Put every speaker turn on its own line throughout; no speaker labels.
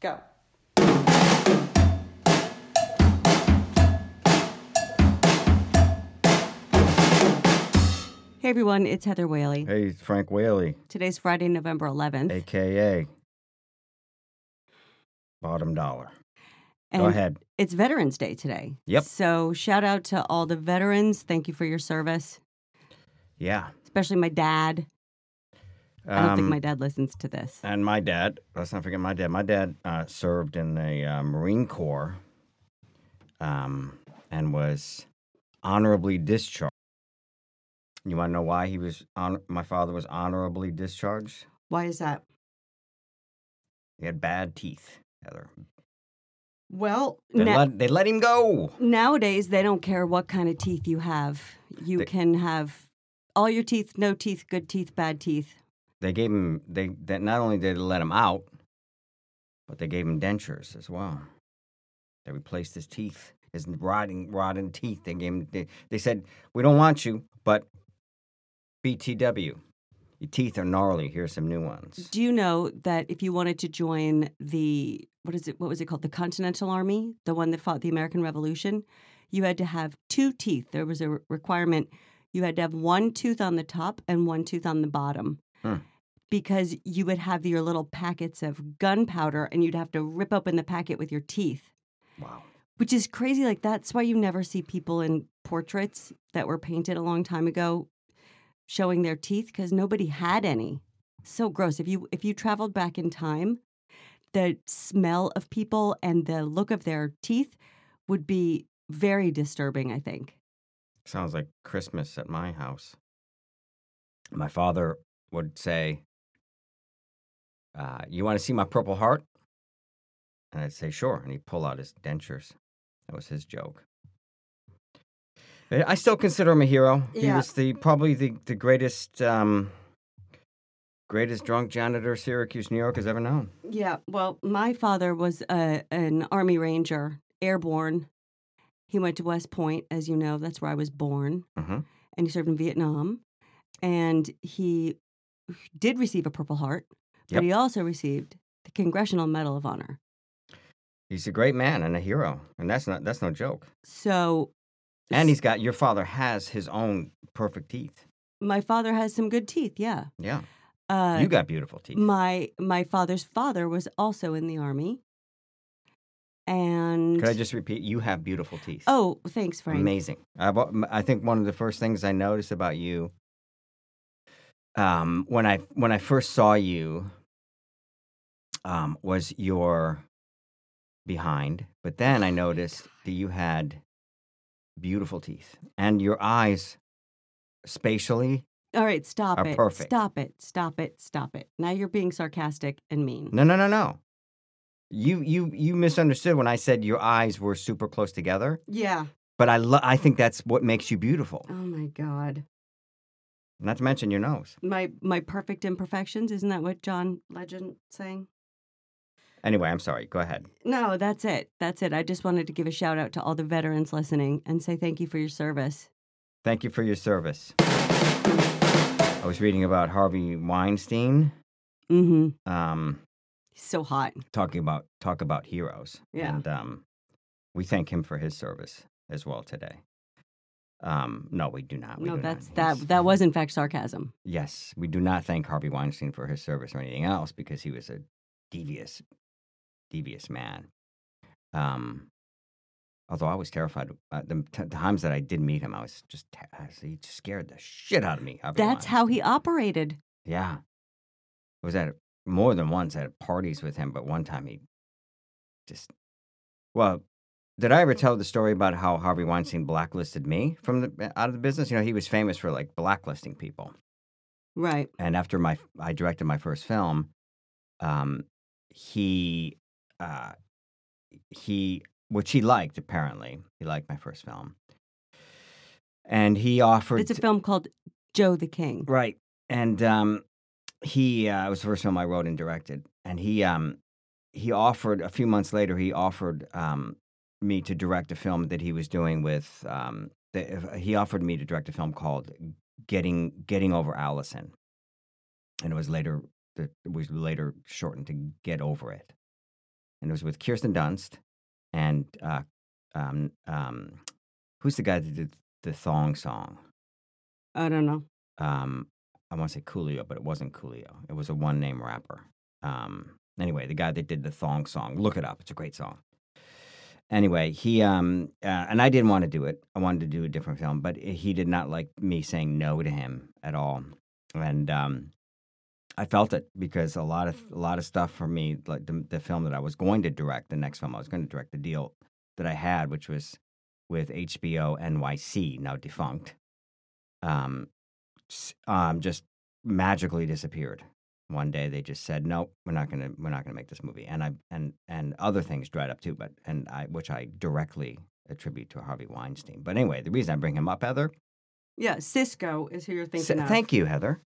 Go. Hey everyone, it's Heather Whaley.
Hey, Frank Whaley,
Today's Friday, November 11th.
aka Bottom Dollar.
and
Go ahead.
It's Veterans Day today.
Yep.
So shout out to all the veterans. Thank you for your service,
Yeah.
especially my dad. I don't think
Um, uh,
my dad listens to this.
and my dad. Let's not forget my dad. My dad uh, served in the uh, Marine Corps, um, and was honorably discharged. You want to know why he was on? My father was honorably discharged.
Why is that?
He had bad teeth. Heather.
Well,
They,
na-
let, they let him go.
nowadays they don't care what kind of teeth you have. You
They-
can have all your teeth, no teeth, good teeth, bad teeth.
They gave him. They that not only did they let him out, but they gave him dentures as well. They replaced his teeth, his rotting, rotten teeth. They gave him. They, they said, "We don't want you, but BTW, your teeth are gnarly. Here's some new ones."
Do you know that if you wanted to join the what is it? What was it called? The Continental Army, the one that fought the American Revolution, you had to have two teeth. There was a re- requirement. You had to have one tooth on the top and one tooth on the bottom.
Hmm.
Because you would have your little packets of gunpowder and you'd have to rip open the packet with your teeth.
Wow.
which is crazy. Like that's why you never see people in portraits that were painted a long time ago showing their teeth because nobody had any. So gross. If you if you traveled back in time, the smell of people and the look of their teeth would be very disturbing. I think.
Sounds like Christmas at my house. My father would say, uh, You want to see my Purple Heart? And I'd say, Sure. And he'd pull out his dentures. That was his joke. Eh, I I still consider him a hero. He
Yeah.
was the probably the, the greatest um, greatest drunk janitor Syracuse, New York has ever known.
Yeah. Well, my father was a, an Army Ranger, airborne. He went to West Point, as you know. That's where I was born.
hmm
and he served in Vietnam. And he did receive a Purple Heart, but
Yep.
he also received the Congressional Medal of Honor.
He's a great man and a hero, and that's not that's no joke.
So,
And he's got your father has his own perfect teeth.
my father has some good teeth. Yeah,
Yeah.
uh,
you got beautiful teeth.
my my father's father was also in the army, and
Could I just repeat? You have beautiful teeth.
oh, thanks, Frank.
amazing! I've, al- I think one of the first things I noticed about you, um, when I when I first saw you, um, was your behind. But then I noticed that you had beautiful teeth, and your eyes, spatially.
All right, stop
Are
it.
perfect.
Stop it. Stop it. Stop it. Now you're being sarcastic and mean.
No, no, no, no. You you you misunderstood when I said your eyes were super close together.
Yeah.
But I lo- I think that's what makes you beautiful.
Oh my God.
Not to mention your nose.
my my perfect imperfections isn't that what john legend sang
Anyway, I'm sorry. Go ahead.
no that's it that's it i just wanted to give a shout out to all the veterans listening and say thank you for your service
Thank you for your service. I was reading about Harvey Weinstein,
mm-hmm
um,
so hot
talking about talk about heroes.
Yeah.
And um, we thank him for his service as well today. Um, no, we do not. We
no
do
that's
not. He's-
that that was in fact sarcasm
Yes, we do not thank Harvey Weinstein for his service or anything else because he was a devious, devious man. Um, although I was terrified uh, the t- times that I did meet him, I was just te- I was, he just scared the shit out of me. Harvey
that's how he
Weinstein.
operated
Yeah, I was at more than once at parties with him, but one time he just well. Did I ever tell the story about how Harvey Weinstein blacklisted me from the out of the business? You know, he was famous for like blacklisting people
right
and after my I directed my first film, um, he uh, he which he liked apparently he liked my first film, and he offered
it's a film called joe the king
right and um, he uh, it was the first film I wrote and directed, and he um, he offered a few months later he offered um, me to direct a film that he was doing with um, the, he offered me to direct a film called getting getting over Allison, and it was later it was later shortened to get over it. and it was with Kirsten Dunst and uh, um, um, who's the guy that did the thong song?
I don't know.
Um, I want to say Coolio, but it wasn't Coolio. It was a one name rapper. Um, anyway, the guy that did the thong song. Look it up. It's a great song. Anyway, he um uh, and I didn't want to do it. I wanted to do a different film, but he did not like me saying no to him at all, and um, I felt it because a lot of a lot of stuff for me, like the, the film that I was going to direct, the next film I was going to direct, the deal that I had, which was with HBO NYC, now defunct, um, s- um, just magically disappeared. One day they just said, "No, we're not gonna we're not gonna make this movie," and I and and other things dried up too, but and I which I directly attribute to Harvey Weinstein. But anyway, the reason I bring him up, Heather,
Yeah, Cisco is who you're thinking
s-
of.
thank you, Heather,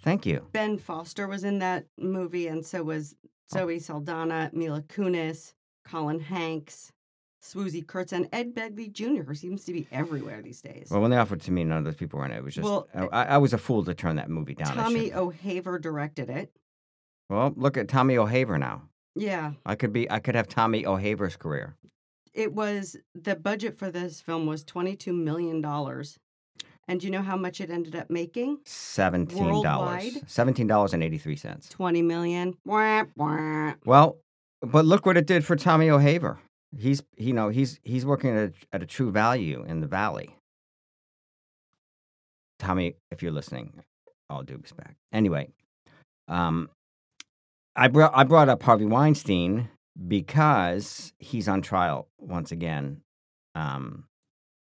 thank you.
Ben Foster was in that movie, and so was Zoe Saldana, Mila Kunis, Colin Hanks, Swoozy Kurtz, and Ed Begley Jr., who seems to be everywhere these days.
Well, when they offered it to me, none of those people were in it. It was just
Well, eh
I, I I was a fool to turn that movie down. I
Tommy
shouldn't.
O'Haver directed it.
well, look at Tommy O'Haver now.
Yeah,
I could be I could have Tommy O'Haver's career.
it was the budget for this film was $22 million. And do you know how much it ended up making?
Seventeen dollars.
Worldwide?
Seventeen dollars and eighty three cents.
20 million. Wah, wah.
Well, but look what it did for Tommy O'Haver. He's you know he's he's working at a, at a true value in the valley. Tommy, if you're listening, all due respect. Anyway, um, I brought I brought up Harvey Weinstein because he's on trial once again, um,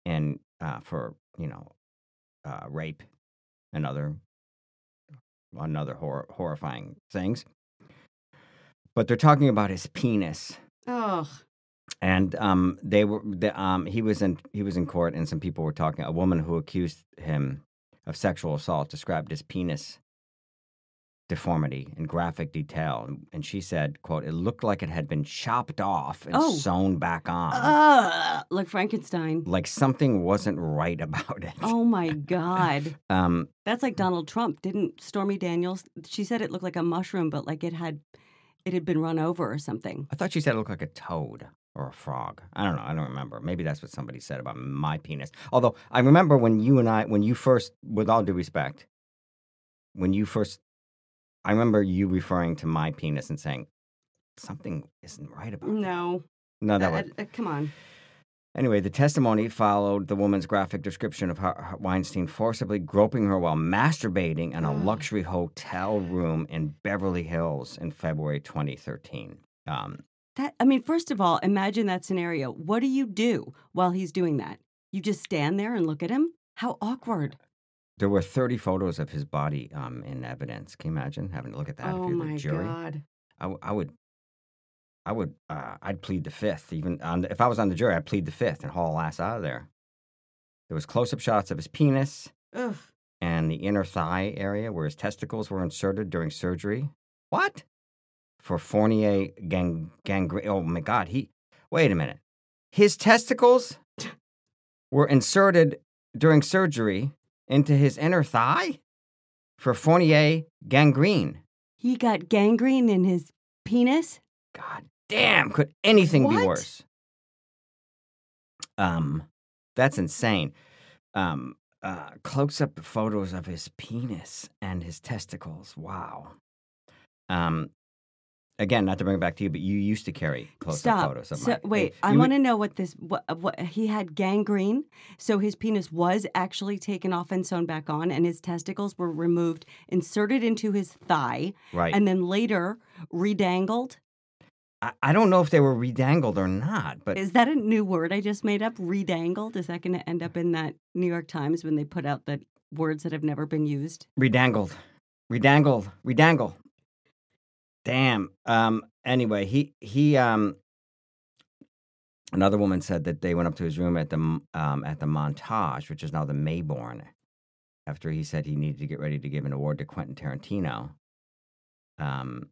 and uh, for you know uh, rape and other another hor- horrifying things. But they're talking about his penis,
Ugh.
and um, they were the, um, he was in he was in court, and some people were talking. A woman who accused him of sexual assault described his penis deformity in graphic detail, and she said, "quote It looked like it had been chopped off and
Oh. Uh.
sewn back on,
Ugh. Like Frankenstein.
like something wasn't right about it."
Oh my God.
Um,
That's like Donald Trump. Didn't Stormy Daniels? She said it looked like a mushroom, but like it had, it had been run over or something.
I thought she said it looked like a toad or a frog. I don't know. I don't remember. Maybe that's what somebody said about my penis. Although I remember when you and I, when you first, with all due respect, when you first, I remember you referring to my penis and saying something isn't right about that."
No,
No, that
Uh,
was
uh, come on.
Anyway, the testimony followed the woman's graphic description of Har- Har- Weinstein forcibly groping her while masturbating in a
Ugh.
luxury hotel room in Beverly Hills in February 2013. Um,
That I mean, first of all, imagine that scenario. What do you do while he's doing that? You just stand there and look at him. How awkward!
There were 30 photos of his body um, in evidence. Can you imagine having to look at that
oh
if you're
my
the jury?
god.
I, w- I would, I would, uh, I'd plead the fifth. Even on the, if I was on the jury, I'd plead the fifth and haul ass out of there. There was close-up shots of his penis
Ugh.
and the inner thigh area where his testicles were inserted during surgery. What? For Fournier gang gangrene. Oh my God! He wait a minute. His testicles were inserted during surgery into his inner thigh for Fournier gangrene.
He got gangrene in his penis.
God damn! Could anything be
What?
worse? Um, that's insane. Um, uh, close-up photos of his penis and his testicles. Wow. Um, again, not to bring it back to you, but you used to carry close-up
Stop.
photos of
so,
my.
wait,
you
I
would-
want to know what this. What, what he had gangrene, so his penis was actually taken off and sewn back on, and his testicles were removed, inserted into his thigh,
Right.
and then later redangled.
I, I don't know if they were redangled or not, but
Is that a new word I just made up? Redangled? Is that going to end up in that New York Times when they put out the words that have never been used?
redangled, redangled, redangle. Damn. Um. Anyway, he he um. Another woman said that they went up to his room at the M- um, at the Montage, which is now the Mayborn, after he said he needed to get ready to give an award to Quentin Tarantino. Um,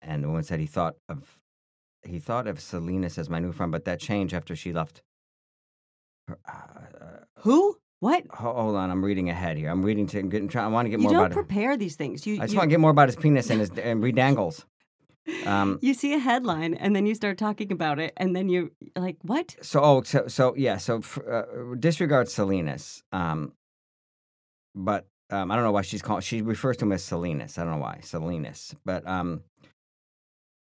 and the woman said he thought of he thought of Salinas as my new friend, but that changed after she left. Her, uh,
Who? What?
Ho- Hold on, I'm reading ahead here. I'm reading to I'm getting. try- I want to get
you
more
don't
about. it.
prepare these things. You,
I just
you-
want to get more about his penis and his and redangles. Um,
you see a headline and then you start talking about it and then you're like, what?
so oh so so yeah so f- uh, disregard Salinas. Um, but um, I don't know why she's called. She refers to him as Salinas. I don't know why Salinas. But um,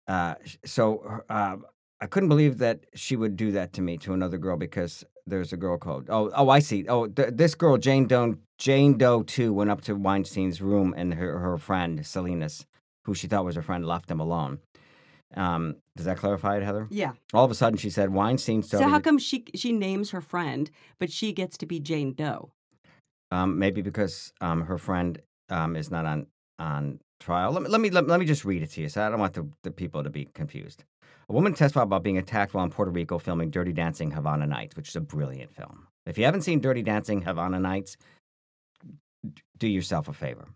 uh, sh- so her- uh, I couldn't believe that she would do that to me to another girl because there's a girl called oh oh I see oh th- this girl Jane Doe Jane Doe too went up to Weinstein's room and her her friend Salinas, who she thought was her friend, left him alone. Um, does that clarify it, Heather?
Yeah.
All of a sudden, she said Weinstein
So,
started.
how come she she names her friend, but she gets to be Jane Doe?
Um, maybe because um, her friend um, is not on on trial. Let me let me let, let me just read it to you. So I don't want the, the people to be confused. A woman testified about being attacked while in Puerto Rico filming Dirty Dancing Havana Nights, which is a brilliant film. If you haven't seen Dirty Dancing Havana Nights, d- do yourself a favor.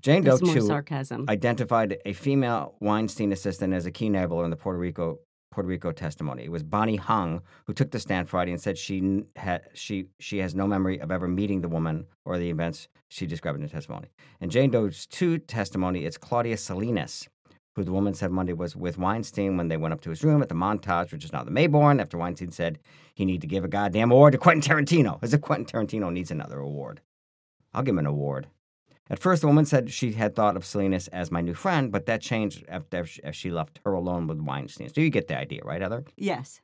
Jane Doe
That's more
too
sarcasm.
identified a female Weinstein assistant as a key enabler in the Puerto Rico Puerto Rico testimony. It was Bonnie Hung who took the stand Friday and said she n- had she she has no memory of ever meeting the woman or the events she described in the testimony. In Jane Doe's two testimony, it's Claudia Salinas, who the woman said Monday was with Weinstein when they went up to his room at the Montage, which is now the Mayborn. After Weinstein said he need to give a goddamn award to Quentin Tarantino, as if Quentin Tarantino needs another award. I'll give him an award. At first, the woman said she had thought of Salinas as my new friend, but that changed after she, as she left her alone with Weinstein. So you get the idea, right, Heather?
yes.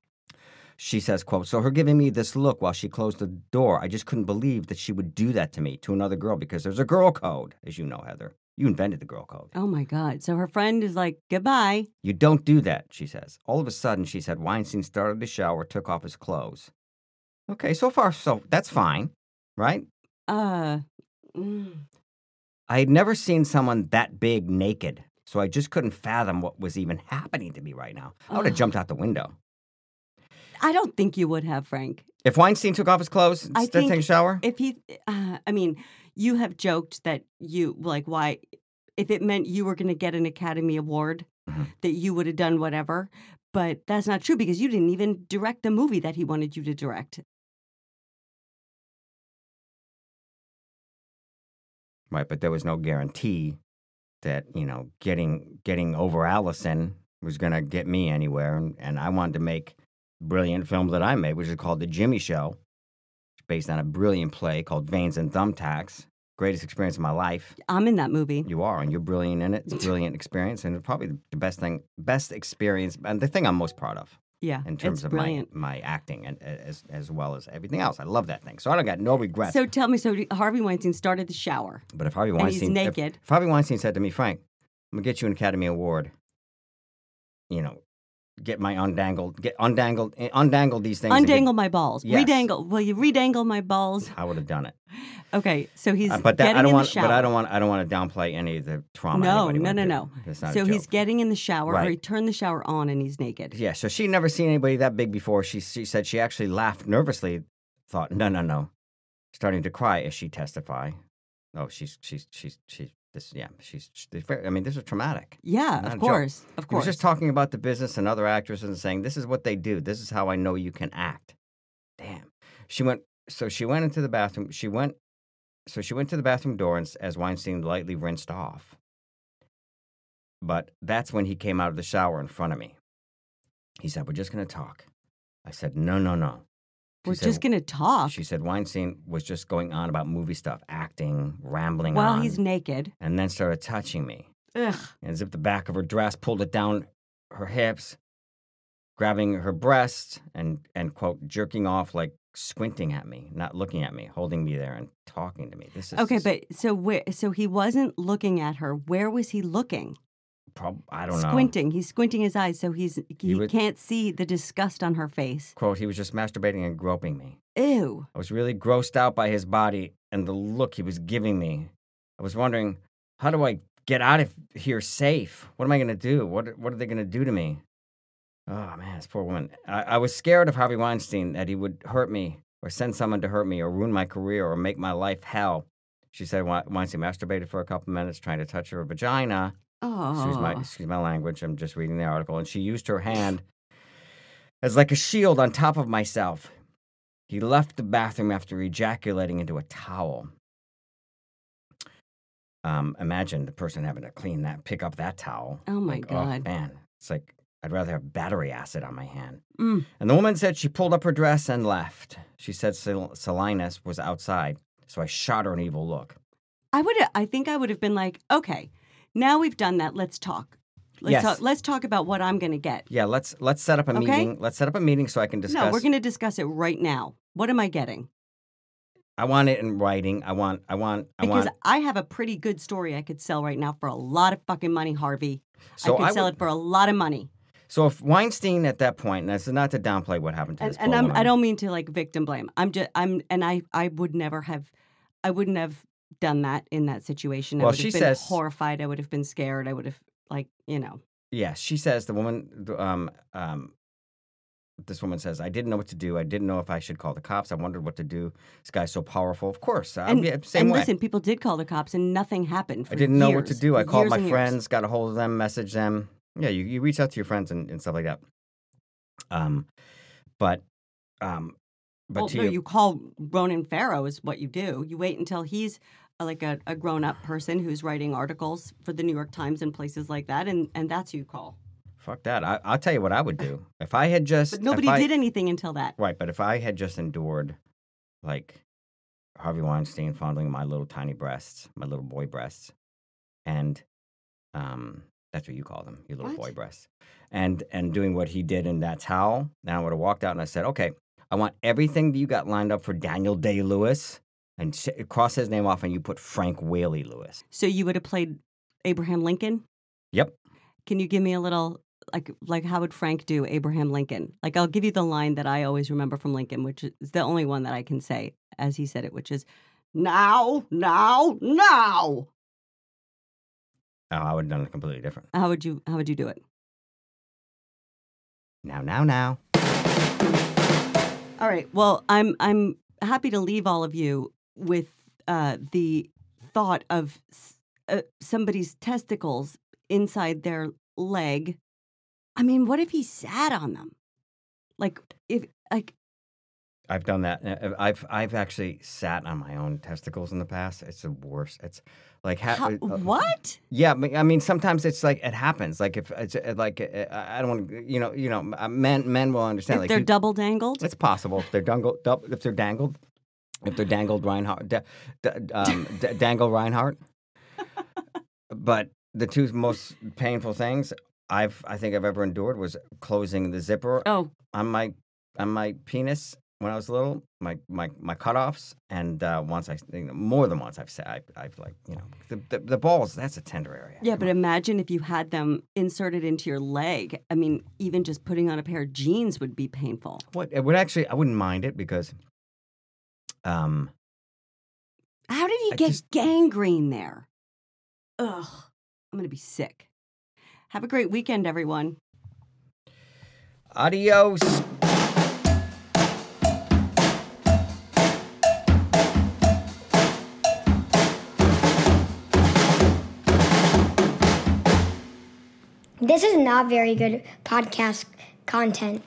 She says, quote, So her giving me this look while she closed the door, I just couldn't believe that she would do that to me, to another girl, because there's a girl code, as you know, Heather. You invented the girl code.
Oh my God. So her friend is like, goodbye.
You don't do that, she says. All of a sudden, she said, Weinstein started to shower, took off his clothes. Okay, so far, so that's fine, right?
Uh, mm,
I had never seen someone that big naked, so I just couldn't fathom what was even happening to me right now. I would have
Ugh.
jumped out the window.
I don't think you would have, Frank.
If Weinstein took off his clothes instead
I
of
think
taking a shower,
If he, uh, I mean, you have joked that you, like, why, if it meant you were going to get an Academy Award,
Mhm.
that you would have done whatever. But that's not true because you didn't even direct the movie that he wanted you to direct.
right? But there was no guarantee that you know getting getting over Allison was gonna get me anywhere, and, and I wanted to make brilliant film that I made, which is called The Jimmy Show, based on a brilliant play called Veins and Thumbtacks. Greatest experience of my life.
I'm in that movie.
You are, and you're brilliant in it. It's a brilliant experience, and it's probably the best thing, best experience, and the thing I'm most proud of
Yeah.
in terms
it's
of
brilliant.
my my acting and as as well as everything else. I love that thing, so I don't got no regrets.
So tell me, so Harvey Weinstein started the shower.
but if Harvey
and he's
Weinstein, if-
naked.
if Harvey Weinstein said to me, Frank, I'm gonna get you an Academy Award. You know, get my undangled, get undangled, undangle these things. and get-"
Undangle my balls.
Yes.
Redangle. Will you redangle my balls?
I would have done it,
Okay, so he's
Uh, but that
getting
I don't
in
want.
the shower.
But I don't want. I don't want to downplay any of the trauma.
No,
anybody
no,
went
no,
through.
no.
It's not a
so
joke.
he's getting in the shower,
Right.
or he turned the shower on and he's naked.
Yeah, so she never seen anybody that big before. She, she said she actually laughed nervously, thought, no, no, no, starting to cry as she testify. Oh, she's, she's, she's, she's, this, yeah, she's, she's very, I mean, this is traumatic.
Yeah,
Not a
of
joke.
course, of
He was
course.
just talking about the business and other actresses and saying, this is what they do. This is how I know you can act. Damn. She went, so she went into the bathroom. She went, so she went to the bathroom door and, s- as Weinstein lightly rinsed off. But that's when he came out of the shower in front of me. He said, We're just going to talk. I said, No, no, no. She
We're
said-
just gonna talk
She said, Weinstein was just going on about movie stuff, acting, rambling
while
on,
he's naked.
and then started touching me
Ugh.
and zipped the back of her dress, pulled it down her hips, grabbing her breast, and, and quote, jerking off like squinting at me, not looking at me, holding me there and talking to me. This is
Okay, but so where? So he wasn't looking at her. Where was he looking?
prob- I don't know.
squinting. He's squinting his eyes, so he's he,
was-
can't see the disgust on her face.
Quote, he was just masturbating and groping me.
Ew.
I was really grossed out by his body and the look he was giving me. I was wondering, how do I get out of here safe? What am I going to do? What, what are they going to do to me? Oh, man, this poor woman. I, I was scared of Harvey Weinstein that he would hurt me or send someone to hurt me or ruin my career or make my life hell. She said Wein- Weinstein masturbated for a couple minutes trying to touch her vagina.
Oh.
Excuse my, excuse my language. I'm just reading the article. And she used her hand as like a shield on top of myself. He left the bathroom after ejaculating into a towel. Um, imagine the person having to clean that, pick up that towel.
Oh my
Like,
God.
man, it's like I'd rather have battery acid on my hand.
Mm.
And the woman said she pulled up her dress and left. She said Sel- Salinas was outside, so I shot her an evil look.
I would. I think I would have been like, okay, now we've done that. Let's talk. Let's
Yes.
talk. Let's talk about what I'm going to get.
Yeah, let's let's set up a
Okay.
meeting. Let's set up a meeting so I can discuss.
No, we're going to discuss it right now. What am I getting?
I want it in writing. I want. I want. I
Because
want.
I, have a pretty good story I could sell right now for a lot of fucking money, Harvey.
So
I could sell
would-
it for a lot of money.
So if Weinstein at that point, and this is not to downplay what happened to
And,
this
and
poor
I'm,
woman.
I don't mean to like victim blame. I'm just I'm and I I would never have, I wouldn't have done that in that situation. I
Well,
would
she
have been
says-
horrified. I would have been scared. I would have like you know.
Yeah, she says the woman. the, Um, um, this woman says, "I didn't know what to do. I didn't know if I should call the cops. I wondered what to do. This guy's so powerful. Of course, I'm, yeah, same
and
way.
listen, people did call the cops, and nothing happened. For
I didn't know what to
years,
do. I
for
called
years
my
and years.
friends, got a hold of them, messaged them. Yeah, you, you reach out to your friends and, and stuff like that. Um, but, um, but
well,
to
Oh, no,
your-
you call Ronan Farrow is what you do. You wait until he's uh, like a, a grown up person who's writing articles for the New York Times and places like that, and, and that's who you call.
fuck that. I, I'll tell you what I would do if I had just.
But
if
nobody
I-
did anything until that.
Right, but if I had just endured, like Harvey Weinstein fondling my little tiny breasts, my little boy breasts, and um, that's what you call them, your little
What?
boy breasts, and and doing what he did in that towel, now I would have walked out and I said, okay, I want everything that you got lined up for Daniel Day Lewis, and s- cross his name off, and you put Frank Whaley Lewis.
So you would have played Abraham Lincoln.
Yep.
Can you give me a little like like how would Frank do Abraham Lincoln? Like I'll give you the line that I always remember from Lincoln, which is the only one that I can say as he said it, which is now, now, now.
Oh, I would have done it completely different.
How would you how would you do it?
Now, now, now.
All right. Well, I'm I'm happy to leave all of you with uh, the thought of s- uh, somebody's testicles inside their leg. I mean, what if he sat on them? Like if like
I've done that. Uh, I've I've actually sat on my own testicles in the past. It's the worst. It's like ha-
how,
uh,
what?
Yeah, but, I mean sometimes it's like it happens. Like if it's uh, like uh, I I don't want to, you know, you know, uh, men men will understand.
If
like
they're
you-
double dangled?
it's possible if they're dangled, if they're dangled, if they're dangled Reinhardt, da, da- um, da- dangle Reinhardt. But the two most painful things I've I think I've ever endured was closing the zipper
Oh,
on my on my penis when I was little, my my my cutoffs, and uh, once I you know, more than once I've said I, I've like you know the, the the balls that's a tender area.
yeah,
Come
but
on.
imagine if you had them inserted into your leg. I mean, even just putting on a pair of jeans would be painful.
what it would actually I wouldn't mind it because um
How did he
I
get
just-
gangrene there? Ugh, I'm gonna be sick. Have a great weekend, everyone.
adios.
This is not very good podcast content.